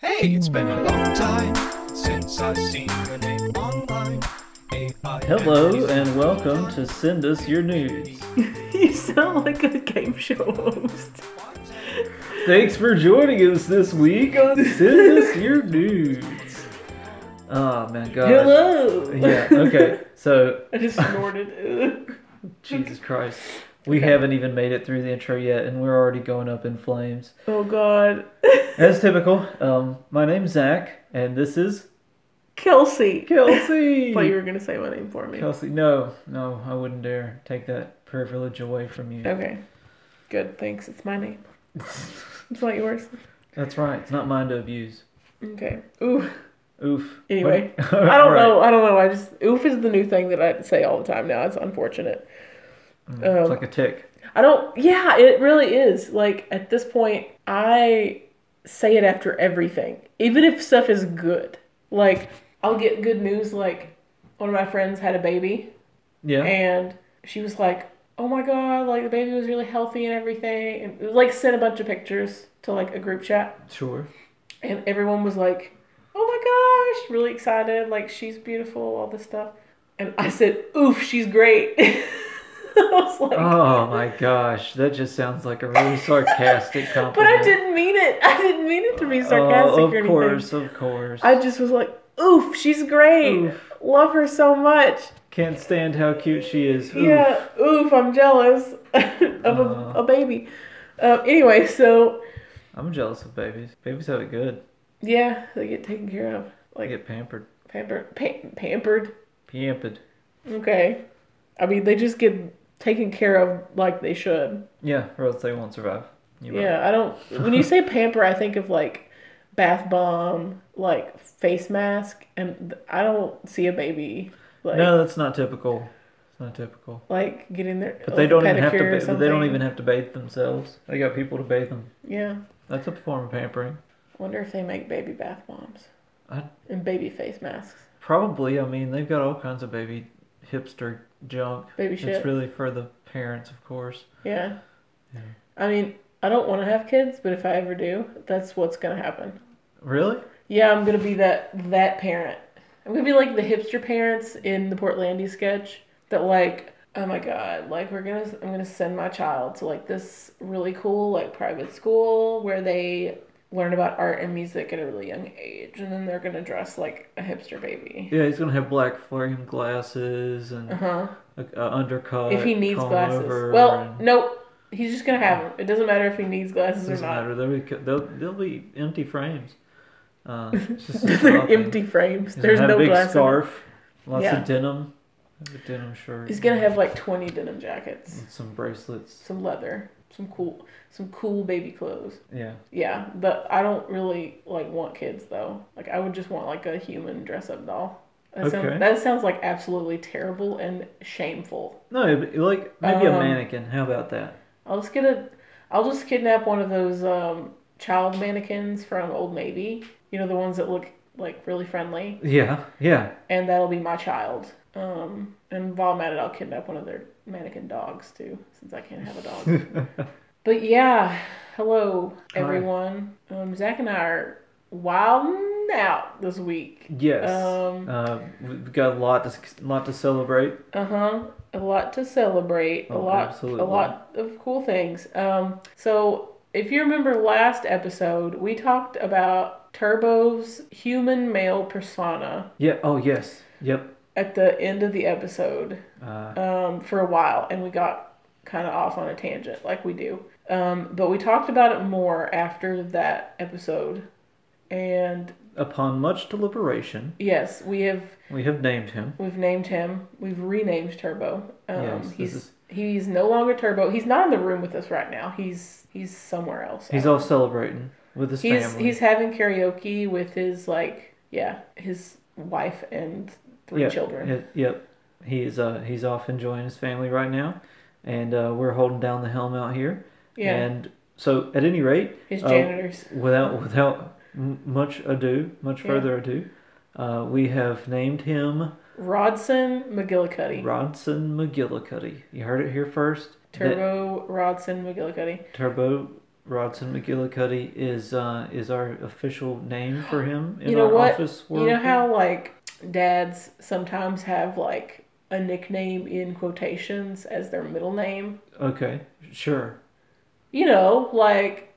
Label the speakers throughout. Speaker 1: been a long time since I've seen your name online. AI
Speaker 2: Hello and welcome to Send Us Your News.
Speaker 3: You sound like a game show host.
Speaker 2: Thanks for joining us this week on Send Us Your News. Oh man, God.
Speaker 3: Hello.
Speaker 2: Yeah. Okay. So,
Speaker 3: I just snorted. Ugh.
Speaker 2: Jesus Christ, we haven't even made it through the intro yet, and we're already going up in flames.
Speaker 3: oh God.
Speaker 2: As typical, um, my name's Zach, and this is
Speaker 3: Kelsey.
Speaker 2: Kelsey.
Speaker 3: Thought you were gonna say my name for me.
Speaker 2: Kelsey, no, no, I wouldn't dare take that privilege away from you.
Speaker 3: Okay. Good. Thanks. It's my name. It's not yours.
Speaker 2: That's right. It's not mine to abuse.
Speaker 3: Okay.
Speaker 2: Uh,
Speaker 3: Ooh.
Speaker 2: Oof.
Speaker 3: Anyway,
Speaker 2: I
Speaker 3: I don't know. I don't know. I just oof is the new thing that I say all the time now. It's unfortunate.
Speaker 2: Mm, It's
Speaker 3: Um,
Speaker 2: like a tick.
Speaker 3: I don't. Yeah, it really is. Like at this point, I say it after everything, even if stuff is good. Like I'll get good news. Like one of my friends had a baby,
Speaker 2: Yeah.
Speaker 3: and she was like, "Oh my god, like the baby was really healthy and everything," and like sent a bunch of pictures to like a group chat,
Speaker 2: sure.
Speaker 3: and everyone was like, "Oh my gosh, really excited! Like she's beautiful, all this stuff." And I said, "Oof, she's great." I was like,
Speaker 2: Oh my gosh, that just sounds like a really sarcastic compliment.
Speaker 3: But I didn't mean it. I didn't mean it to be sarcastic
Speaker 2: Oh,
Speaker 3: or
Speaker 2: of
Speaker 3: anything.
Speaker 2: course, of course.
Speaker 3: I just was like, "Oof, she's great.
Speaker 2: Oof.
Speaker 3: Love her so much."
Speaker 2: can't stand how cute she is. Oof. Uh-huh.
Speaker 3: Yeah, oof, I'm jealous of a,
Speaker 2: Aw.
Speaker 3: a baby. Um, anyway, so
Speaker 2: I'm jealous of babies. Babies have it good.
Speaker 3: yeah, they get taken care of,
Speaker 2: They
Speaker 3: like
Speaker 2: get pampered,
Speaker 3: pampered, pam- pampered.
Speaker 2: pampered.
Speaker 3: Okay, I mean they just get taken care of like they should.
Speaker 2: Yeah, or else they won't survive. You right.
Speaker 3: Yeah, I don't. When you say pamper, I think of like bath bomb, like face mask, and I don't see a baby like
Speaker 2: No, that's not typical. It's not typical.
Speaker 3: like get in there.
Speaker 2: But they don't even have to.
Speaker 3: pedicure or
Speaker 2: Ba- they don't
Speaker 3: something.
Speaker 2: even have to bathe themselves. They got people to bathe them.
Speaker 3: Yeah,
Speaker 2: That's a form of pampering.
Speaker 3: wonder if they make baby bath bombs
Speaker 2: I-
Speaker 3: and baby face masks.
Speaker 2: Probably. I mean, they've got all kinds of baby hipster junk.
Speaker 3: Baby shit.
Speaker 2: It's really for the parents, of course.
Speaker 3: yeah. I mean, I don't want to have kids, but if I ever do, that's what's gonna happen.
Speaker 2: Really?
Speaker 3: Yeah, I'm gonna be that that parent. I'm gonna be like the hipster parents in the Portlandia sketch that like, oh my god, like we're gonna I'm gonna send my child to like this really cool like private school where they learn about art and music at a really young age, and then they're gonna dress like a hipster baby.
Speaker 2: Yeah, he's gonna have black flaring glasses and
Speaker 3: Uh huh.
Speaker 2: a, a undercut.
Speaker 3: if he needs
Speaker 2: comb
Speaker 3: glasses,
Speaker 2: over
Speaker 3: well,
Speaker 2: and-
Speaker 3: nope. He's just gonna have them. It doesn't matter if he needs glasses or
Speaker 2: doesn't
Speaker 3: not.
Speaker 2: matter. They'll be, they'll, theyey'll be empty frames. Uh, it's just
Speaker 3: They're empty frames.
Speaker 2: He's gonna
Speaker 3: There's
Speaker 2: have
Speaker 3: no
Speaker 2: a big
Speaker 3: glasses.
Speaker 2: scarf. Lots
Speaker 3: Yeah.
Speaker 2: of denim. A denim shirt.
Speaker 3: He's gonna have like 20 denim jackets.
Speaker 2: and some bracelets.
Speaker 3: some leather, some cool, some cool baby clothes.
Speaker 2: Yeah.
Speaker 3: Yeah, but I don't really like want kids though. Like I would just want like a human dress up doll. That
Speaker 2: Okay.
Speaker 3: sounds that sounds like absolutely terrible and shameful.
Speaker 2: No, it'd be like maybe a
Speaker 3: Um,
Speaker 2: mannequin. How about that?
Speaker 3: I'll just get a, I'll just kidnap one of those um, child mannequins from Old Navy. You know the ones that look like really friendly,
Speaker 2: Yeah. Yeah.
Speaker 3: and that'll be my child. Um, and while I'm at it, I'll kidnap one of their mannequin dogs too, since I can't have a dog. But yeah, hello
Speaker 2: Hi.
Speaker 3: everyone. Um, Zach and I are wilding out this week.
Speaker 2: yes.
Speaker 3: Um,
Speaker 2: uh, we've got a lot to s- lot to celebrate.
Speaker 3: Uh huh. A lot to celebrate.
Speaker 2: Oh,
Speaker 3: a lot.
Speaker 2: absolutely.
Speaker 3: A lot of cool things. Um. So if you remember last episode, we talked about Turbo's human male persona
Speaker 2: Yeah. Oh yes. Yep.
Speaker 3: at the end of the episode.
Speaker 2: Uh,
Speaker 3: um, for a while, and we got kind of off on a tangent like we do. Um, but we talked about it more after that episode, and
Speaker 2: upon much deliberation,
Speaker 3: yes, we have
Speaker 2: we have named him.
Speaker 3: we've named him. We've renamed Turbo. Um,
Speaker 2: Yes, this
Speaker 3: he's
Speaker 2: is-
Speaker 3: he's no longer Turbo. He's not in the room with us right now. He's he's somewhere else.
Speaker 2: He's all celebrating with his
Speaker 3: he's
Speaker 2: family.
Speaker 3: he's having karaoke with his like yeah his wife and three
Speaker 2: Yeah,
Speaker 3: children.
Speaker 2: yeah, Yep. He's uh he's off enjoying his family right now, and uh, we're holding down the helm out here.
Speaker 3: Yeah.
Speaker 2: And so at any rate,
Speaker 3: His
Speaker 2: uh,
Speaker 3: janitors.
Speaker 2: without without m- much ado, much
Speaker 3: Yeah.
Speaker 2: further ado, uh, we have named him
Speaker 3: Rodson McGillicuddy.
Speaker 2: Rodson McGillicuddy. You heard it here first. that
Speaker 3: Turbo Rodson McGillicuddy.
Speaker 2: Turbo Rodson McGillicuddy is uh, is our official name for him in
Speaker 3: you know
Speaker 2: our
Speaker 3: what?
Speaker 2: office world.
Speaker 3: You know how like dads sometimes have like a nickname in quotations as their middle name.
Speaker 2: Okay, sure.
Speaker 3: You know, like,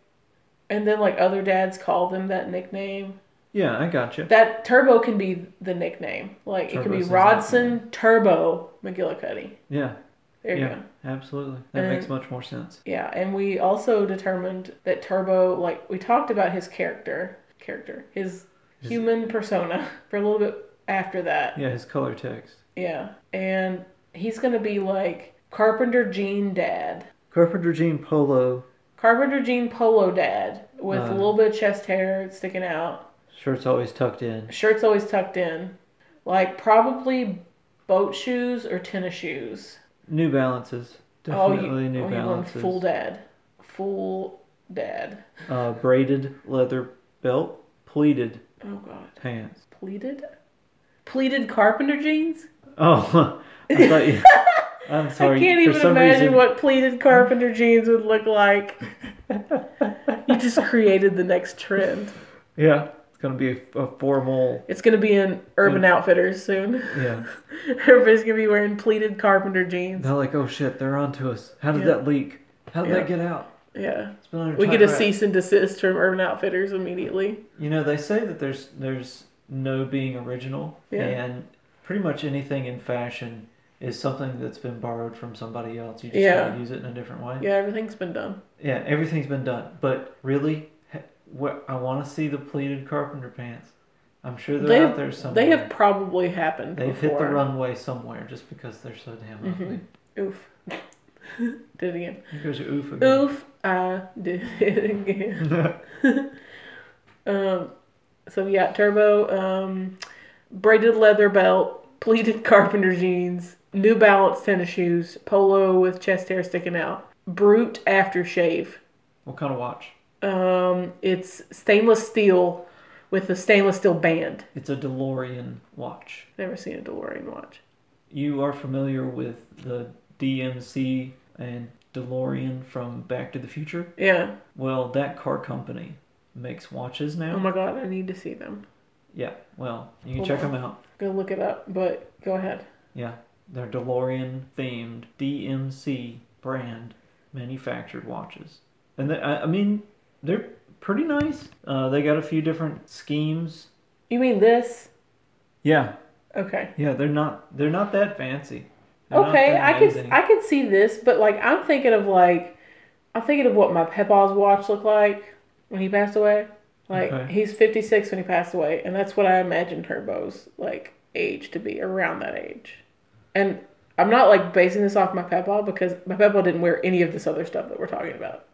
Speaker 3: and then like other dads call them that nickname.
Speaker 2: Yeah, I got you.
Speaker 3: That Turbo can be the nickname. Like it could be
Speaker 2: Turbo's his nickname.
Speaker 3: Rodson Turbo McGillicuddy.
Speaker 2: Yeah,
Speaker 3: There you
Speaker 2: Yeah.
Speaker 3: go.
Speaker 2: absolutely. That
Speaker 3: And-
Speaker 2: makes much more sense.
Speaker 3: Yeah, and we also determined that Turbo, like we talked about his character, character, his
Speaker 2: His-
Speaker 3: human persona for a little bit after that.
Speaker 2: Yeah, his color text.
Speaker 3: Yeah, and he's gonna be like Carpenter Gene Dad,
Speaker 2: Carpenter Gene Polo
Speaker 3: Carpenter Gene Polo Dad, with
Speaker 2: Uh.
Speaker 3: a little bit of chest hair sticking out,
Speaker 2: shirt's always tucked in.
Speaker 3: shirt's always tucked in, like probably boat shoes or tennis shoes.
Speaker 2: New Balances, definitely New
Speaker 3: oh, you're going
Speaker 2: Balances.
Speaker 3: full dad, full dad.
Speaker 2: uh, braided leather belt, pleated
Speaker 3: Oh God.
Speaker 2: pants.
Speaker 3: Pleated? Pleated carpenter jeans?
Speaker 2: Oh, I thought you. I'm sorry.
Speaker 3: I can't even
Speaker 2: For some
Speaker 3: imagine
Speaker 2: reason,
Speaker 3: what pleated carpenter jeans would look like. you just created the next trend.
Speaker 2: Yeah, it's gonna be a, a formal.
Speaker 3: It's gonna be in Urban Outfitters soon.
Speaker 2: Yeah,
Speaker 3: Everybody's gonna be wearing pleated carpenter jeans.
Speaker 2: they're like, oh shit, they're onto us. How did
Speaker 3: Yeah.
Speaker 2: that leak? How did
Speaker 3: Yeah.
Speaker 2: that get out?
Speaker 3: Yeah.
Speaker 2: It's been under
Speaker 3: We
Speaker 2: tight
Speaker 3: get a
Speaker 2: wrap.
Speaker 3: cease and desist from Urban Outfitters immediately.
Speaker 2: You know, they say that there's there's no being original,
Speaker 3: Yeah.
Speaker 2: and pretty much anything in fashion is something that's been borrowed from somebody else. You just
Speaker 3: Yeah.
Speaker 2: gotta use it in a different way.
Speaker 3: Yeah, everything's been done.
Speaker 2: Yeah, everything's been done, but really, he- what I want to see the pleated carpenter pants. I'm sure they're
Speaker 3: They-
Speaker 2: out there somewhere.
Speaker 3: They have probably happened
Speaker 2: They've
Speaker 3: before. Mm-hmm.
Speaker 2: hit the runway somewhere just because they're so damn ugly.
Speaker 3: Oof. did it again.
Speaker 2: Here goes your oof again.
Speaker 3: Oof, I did it again. Um, so yeah, turbo, um, braided leather belt, pleated carpenter jeans, New Balance tennis shoes, polo with chest hair sticking out, brute aftershave.
Speaker 2: what kind of watch?
Speaker 3: Um, it's stainless steel with a stainless steel band.
Speaker 2: It's a DeLorean watch.
Speaker 3: Never seen a DeLorean watch.
Speaker 2: You are familiar with the DMC and DeLorean from Back to the Future?
Speaker 3: Yeah.
Speaker 2: Well, that car company makes watches now.
Speaker 3: Oh my god, I need to see them.
Speaker 2: yeah, well, you can
Speaker 3: Hold
Speaker 2: check
Speaker 3: on.
Speaker 2: them out.
Speaker 3: Go look it up, but go ahead.
Speaker 2: Yeah, they're DeLorean themed DMC brand manufactured watches. And they, I, I mean, they're pretty nice. Uh, they got a few different schemes.
Speaker 3: You mean this?
Speaker 2: Yeah,
Speaker 3: Okay.
Speaker 2: Yeah, they're not they're not that fancy. They're not
Speaker 3: Okay,
Speaker 2: that
Speaker 3: I could
Speaker 2: amazing.
Speaker 3: I could see this, but like I'm thinking of like I'm thinking of what my Pepa's watch looked like when he passed away. Like
Speaker 2: Okay.
Speaker 3: he's 56 when he passed away, and that's what I imagined Turbo's like age to be around that age. And I'm not like basing this off my Pepa because my Pepa didn't wear any of this other stuff that we're talking about.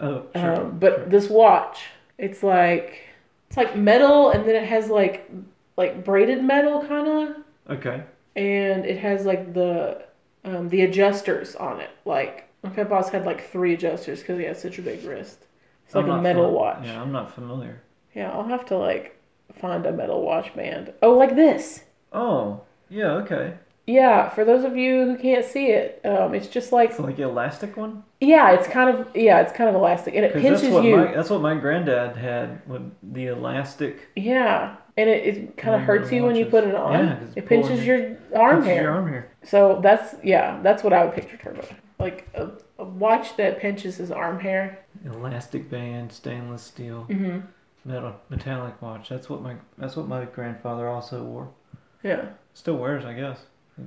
Speaker 2: Oh, sure.
Speaker 3: um, but
Speaker 2: sure.
Speaker 3: this watch, it's like it's like metal, and then it has like like braided metal kind of
Speaker 2: okay.
Speaker 3: and it has like the um, the adjusters on it. Like my
Speaker 2: Mm-hmm.
Speaker 3: pet boss had like three adjusters because he had such a big wrist. It's like
Speaker 2: I'm
Speaker 3: a
Speaker 2: not
Speaker 3: metal
Speaker 2: fam-
Speaker 3: watch.
Speaker 2: Yeah,
Speaker 3: Yeah.
Speaker 2: I'm not familiar.
Speaker 3: I'll have to like find a metal watch band. Oh, like this.
Speaker 2: Oh, yeah, okay.
Speaker 3: Yeah, for those of you who can't see it, um, it's just like
Speaker 2: It's like the elastic one.
Speaker 3: yeah, it's kind of yeah, it's kind of elastic and it
Speaker 2: Because that's
Speaker 3: pinches
Speaker 2: what
Speaker 3: you.
Speaker 2: my that's what my granddad had with the elastic.
Speaker 3: Yeah, and it, it kind of
Speaker 2: Yeah,
Speaker 3: hurts you when you
Speaker 2: watches.
Speaker 3: put it on.
Speaker 2: Yeah, 'cause it's
Speaker 3: it pinches
Speaker 2: pulling
Speaker 3: your arm
Speaker 2: Pinches
Speaker 3: hair.
Speaker 2: Your arm hair.
Speaker 3: So that's yeah, that's what I would picture Turbo like a, a watch that pinches his arm hair.
Speaker 2: Elastic band, stainless steel,
Speaker 3: hmm
Speaker 2: metal, metallic watch. That's what my that's what my grandfather also wore.
Speaker 3: Yeah.
Speaker 2: Still wears, I guess,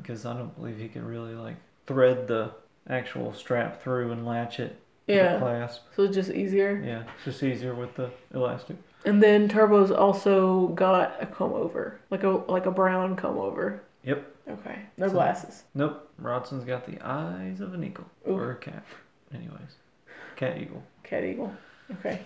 Speaker 2: because I don't believe he could really like thread the actual strap through and latch it to the
Speaker 3: Yeah.
Speaker 2: clasp.
Speaker 3: So it's just easier.
Speaker 2: Yeah, it's just easier with the elastic.
Speaker 3: And then Turbo's also got a comb over, like a like a brown comb over.
Speaker 2: Yep.
Speaker 3: Okay. No
Speaker 2: So-
Speaker 3: glasses.
Speaker 2: Nope. Rodson's got the eyes of an eagle
Speaker 3: Ooh.
Speaker 2: or a cat. Anyways, cat eagle.
Speaker 3: Cat eagle. Okay.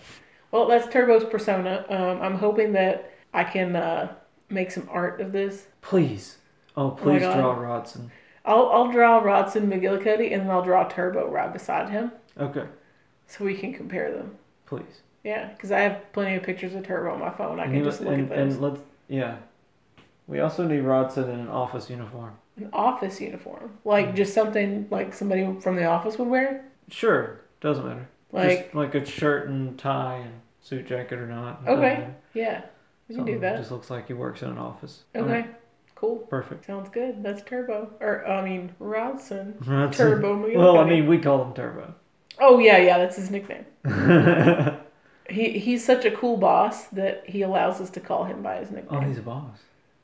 Speaker 3: Well, that's Turbo's persona. Um, I'm hoping that I can uh, make some art of this.
Speaker 2: Please. Oh, please
Speaker 3: God.
Speaker 2: draw Rodson.
Speaker 3: I'll I'll draw Rodson McGillicuddy and then I'll draw Turbo right beside him,
Speaker 2: Okay.
Speaker 3: so we can compare them.
Speaker 2: Please.
Speaker 3: Yeah, because I have plenty of pictures of Turbo on my phone. I
Speaker 2: And,
Speaker 3: can
Speaker 2: he-
Speaker 3: just look
Speaker 2: and,
Speaker 3: at those.
Speaker 2: and let's yeah. We also need Rodson in an office uniform.
Speaker 3: An office
Speaker 2: Mm.
Speaker 3: uniform, like just something like somebody from the office would wear.
Speaker 2: Sure. Doesn't matter.
Speaker 3: Like,
Speaker 2: just like a shirt and tie and suit jacket or not. I don't
Speaker 3: okay,
Speaker 2: know.
Speaker 3: yeah, we can
Speaker 2: Something
Speaker 3: do
Speaker 2: that
Speaker 3: that.
Speaker 2: Just looks like he works in an office.
Speaker 3: Okay, cool.
Speaker 2: Perfect.
Speaker 3: Sounds good. That's Turbo, or I mean Rodson.
Speaker 2: That's-
Speaker 3: Turbo Mule
Speaker 2: Well, I
Speaker 3: Buddy.
Speaker 2: mean, we call him Turbo.
Speaker 3: Oh yeah, yeah, that's his nickname. He he's such a cool boss that he allows us to call him by his
Speaker 2: oh,
Speaker 3: nickname.
Speaker 2: he's a boss.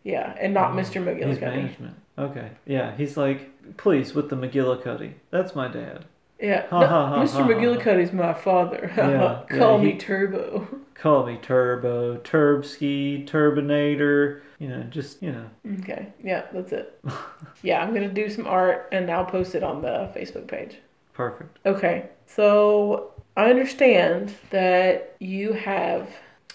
Speaker 3: yeah, and not
Speaker 2: Oh,
Speaker 3: Mr.
Speaker 2: He's
Speaker 3: McGillicuddy.
Speaker 2: management. Okay. Yeah, he's like, please, with the McGillicuddy. That's my dad.
Speaker 3: Yeah,
Speaker 2: Ha,
Speaker 3: no,
Speaker 2: ha, ha,
Speaker 3: Mr.
Speaker 2: ha, ha.
Speaker 3: McGillicuddy's my father.
Speaker 2: Yeah,
Speaker 3: Call
Speaker 2: yeah,
Speaker 3: me
Speaker 2: he-
Speaker 3: Turbo.
Speaker 2: Call me Turbo, Turbski, Turbinator. You know, just you know.
Speaker 3: Okay, yeah, that's it. yeah, I'm gonna do some art and I'll post it on the Facebook page.
Speaker 2: Perfect.
Speaker 3: Okay, so I understand that you have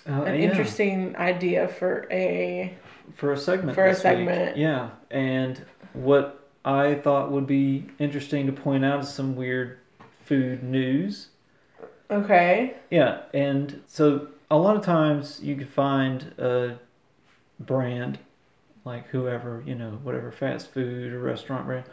Speaker 2: Uh,
Speaker 3: an
Speaker 2: yeah,
Speaker 3: interesting idea for a
Speaker 2: for a segment.
Speaker 3: for a
Speaker 2: this week.
Speaker 3: segment.
Speaker 2: Yeah, and what I thought would be interesting to point out is some weird food news.
Speaker 3: okay.
Speaker 2: Yeah, and so a lot of times you could find a brand, like whoever, you know, whatever fast food or restaurant brand,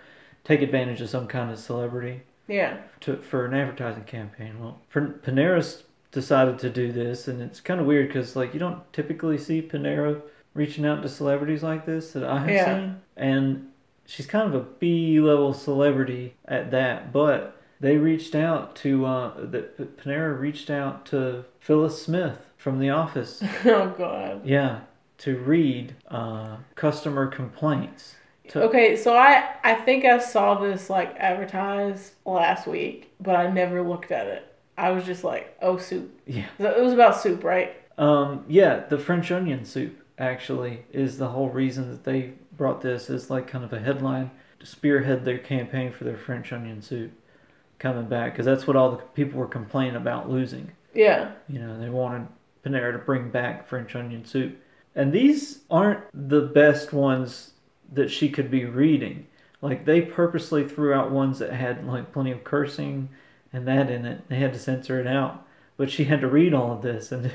Speaker 2: take advantage of some kind of celebrity
Speaker 3: Yeah.
Speaker 2: to, for an advertising campaign. Well, Pan- Panera's decided to do this, and it's kind of weird because, like, you don't typically see Panera reaching out to celebrities like this that I have
Speaker 3: Yeah.
Speaker 2: seen. And she's kind of a B level celebrity at that, but they reached out to, uh, the, Panera reached out to Phyllis Smith from The Office.
Speaker 3: oh God.
Speaker 2: yeah, to read uh, customer complaints. To,
Speaker 3: Okay, so I I think I saw this like advertised last week, but I never looked at it. I was just like, oh soup.
Speaker 2: Yeah.
Speaker 3: So It was about soup, right?
Speaker 2: Um, yeah, the French onion soup actually is the whole reason that they brought this as like kind of a headline to spearhead their campaign for their French onion soup coming back because that's what all the people were complaining about losing.
Speaker 3: Yeah.
Speaker 2: You know, they wanted Panera to bring back French onion soup, and these aren't the best ones that she could be reading. Like they purposely threw out ones that had like plenty of cursing and that in it. They had to censor it out, but she had to read all of this, and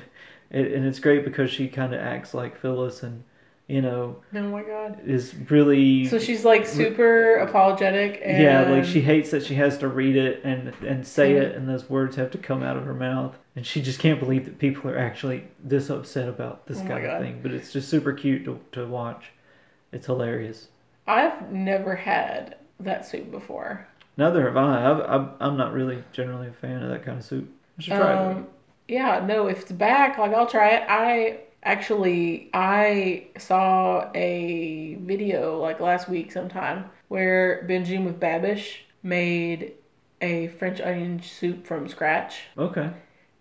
Speaker 2: it, and it's great because she kind of acts like Phyllis and you know
Speaker 3: Oh my God.
Speaker 2: is really
Speaker 3: So she's like super apologetic and Mm-hmm.
Speaker 2: yeah, like she hates that she has to read it and and say it, and those words have to come out of her mouth, and she just can't believe that people are actually this upset about this
Speaker 3: Oh my
Speaker 2: kind of
Speaker 3: God.
Speaker 2: thing. But it's just super cute to to watch. It's hilarious.
Speaker 3: I've never had that soup before.
Speaker 2: Neither have I. I've, I've, I'm not really generally a fan of that kind of soup. I should try it.
Speaker 3: Um, yeah, no, if it's back, like I'll try it. I actually I saw a video like last week sometime where Binging with Babish made a French onion soup from scratch.
Speaker 2: though. Okay.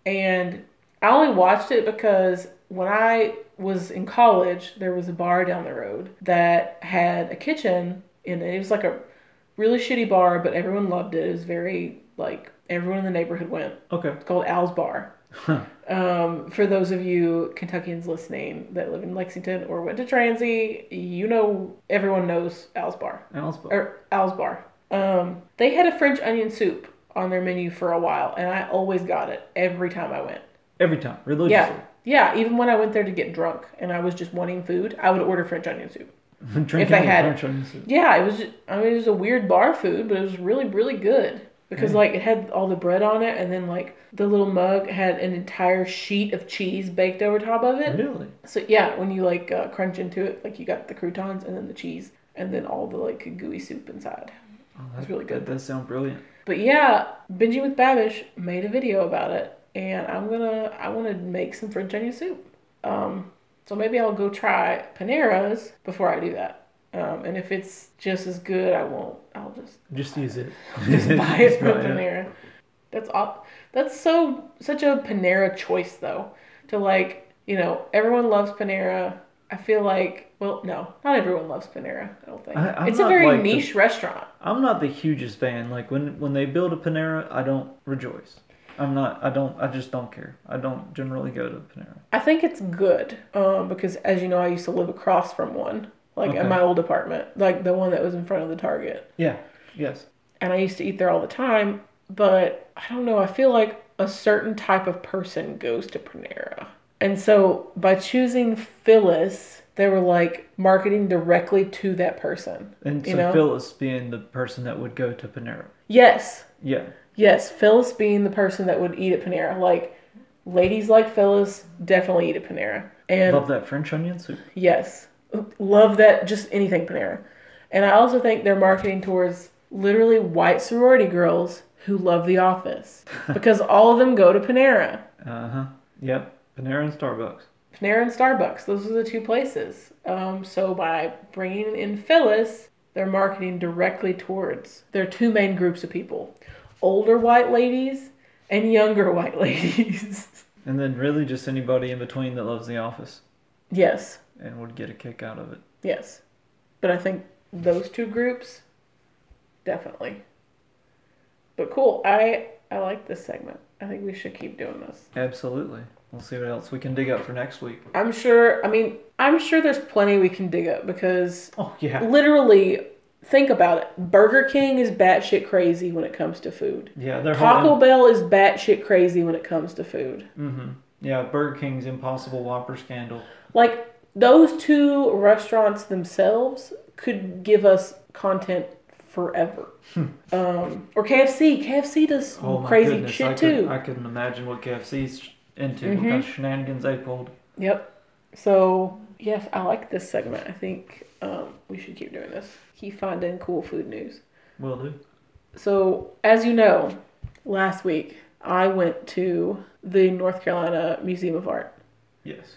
Speaker 3: And I only watched it because when I was in college, there was a bar down the road that had a kitchen in it. It was like a really shitty bar, but everyone loved it. It was very like everyone in the neighborhood went.
Speaker 2: Okay.
Speaker 3: It's called Al's Bar.
Speaker 2: Huh.
Speaker 3: Um, for those of you Kentuckians listening that live in Lexington or went to Transy, you know everyone knows Al's Bar
Speaker 2: Al's bar.
Speaker 3: or Al's Bar. Um, they had a French onion soup on their menu for a while, and I always got it every time I went.
Speaker 2: Every time, religiously.
Speaker 3: Yeah, yeah. Even when I went there to get drunk and I was just wanting food, I would order French onion soup.
Speaker 2: Drinking
Speaker 3: If I
Speaker 2: the
Speaker 3: had it.
Speaker 2: French onion soup.
Speaker 3: Yeah, it was. I mean, it was a weird bar food, but it was really, really good because like it had all the bread on it, and then like the little mug had an entire sheet of cheese baked over top of it.
Speaker 2: Really?
Speaker 3: So yeah, when you like uh, crunch into it, like you got the croutons and then the cheese and then all the like gooey soup inside.
Speaker 2: Oh,
Speaker 3: It's really good.
Speaker 2: That does sound brilliant.
Speaker 3: But yeah, Benji with Babish made a video about it, and I'm gonna I want to make some French onion soup. Um, so maybe I'll go try Panera's before I do that. Um, and if it's just as good, I won't. I'll just
Speaker 2: Just use it.
Speaker 3: just buy it from
Speaker 2: buy
Speaker 3: Panera. That's all. That's so such a Panera choice though. To like, you know, everyone loves Panera. I feel like, well, no, not everyone loves Panera. I don't think
Speaker 2: I- I'm
Speaker 3: it's a
Speaker 2: not
Speaker 3: very
Speaker 2: like the-
Speaker 3: niche restaurant.
Speaker 2: I'm not the hugest fan. Like when when they build a Panera, I don't rejoice. I'm not. I don't. I just don't care. I don't generally go to Panera.
Speaker 3: I think it's good um, because, as you know, I used to live across from one, like in
Speaker 2: Okay.
Speaker 3: my old apartment, like the one that was in front of the Target,
Speaker 2: Yeah. Yes.
Speaker 3: and I used to eat there all the time. But I don't know. I feel like a certain type of person goes to Panera, and so by choosing Phyllis, they were like marketing directly to that person.
Speaker 2: And
Speaker 3: You
Speaker 2: so
Speaker 3: know?
Speaker 2: Phyllis being the person that would go to Panera.
Speaker 3: Yes,
Speaker 2: Yeah.
Speaker 3: Yes, Phyllis being the person that would eat at Panera. Like, ladies like Phyllis definitely eat at Panera. And
Speaker 2: Love that French onion soup.
Speaker 3: Yes. Love that just anything Panera. And I also think they're marketing towards literally white sorority girls who love The Office because all of them go to Panera.
Speaker 2: Uh huh. Yep. Panera and Starbucks.
Speaker 3: Panera and Starbucks, those are the two places. Um, so by bringing in Phyllis, they're marketing directly towards their two main groups of people older white ladies and younger white ladies.
Speaker 2: And then really just anybody in between that loves The Office
Speaker 3: yes,
Speaker 2: and would get a kick out of it.
Speaker 3: yes. But I think those two groups, definitely. But cool, I, I like this segment. I think we should keep doing this.
Speaker 2: Absolutely. We'll see what else we can dig up for next week.
Speaker 3: I'm sure, I mean, I'm sure there's plenty we can dig up because
Speaker 2: Oh, yeah.
Speaker 3: literally think about it. Burger King is batshit crazy when it comes to food.
Speaker 2: Yeah, they're
Speaker 3: Taco Bell is batshit crazy when it comes to food.
Speaker 2: Mm-hmm. Yeah, Burger King's Impossible Whopper scandal.
Speaker 3: Like those two restaurants themselves could give us content forever. um, or KFC. KFC does
Speaker 2: Hmm. Oh my
Speaker 3: crazy
Speaker 2: goodness,
Speaker 3: shit
Speaker 2: I
Speaker 3: too. Mm-hmm.
Speaker 2: Could, I couldn't imagine what KFC's sh- into. What kind of shenanigans they pulled.
Speaker 3: Yep. So yes, I like this segment. I think um, we should keep doing this. Keep finding cool food news.
Speaker 2: Will do.
Speaker 3: So, as you know, last week I went to the North Carolina Museum of Art
Speaker 2: Yes.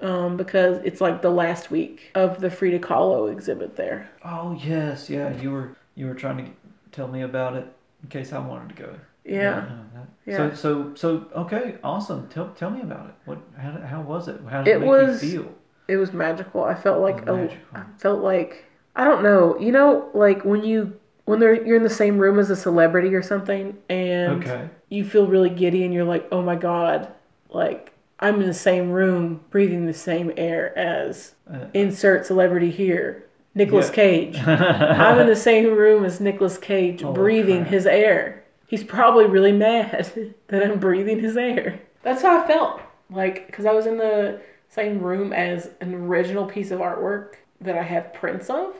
Speaker 3: um, because it's like the last week of the Frida Kahlo exhibit there.
Speaker 2: Oh yes, yeah. You were you were trying to g- tell me about it in case I wanted to go.
Speaker 3: Yeah.
Speaker 2: no, no.
Speaker 3: Yeah.
Speaker 2: So so so okay, awesome. Tell tell me about it. What how, did- how was it? How did it,
Speaker 3: It
Speaker 2: make
Speaker 3: was-
Speaker 2: you feel?
Speaker 3: It was magical. I felt like a,
Speaker 2: Magical.
Speaker 3: I felt like I don't know. You know, like when you when they're you're in the same room as a celebrity or something, and
Speaker 2: Okay.
Speaker 3: you feel really giddy, and you're like, oh my god, like I'm in the same room, breathing the same air as
Speaker 2: Uh,
Speaker 3: insert celebrity here, Nicolas
Speaker 2: Yeah.
Speaker 3: Cage. I'm in the same room as Nicolas Cage
Speaker 2: Holy
Speaker 3: breathing
Speaker 2: crap.
Speaker 3: his air. He's probably really mad that I'm breathing his air. That's how I felt. Like, because I was in the same room as an original piece of artwork that I have prints of.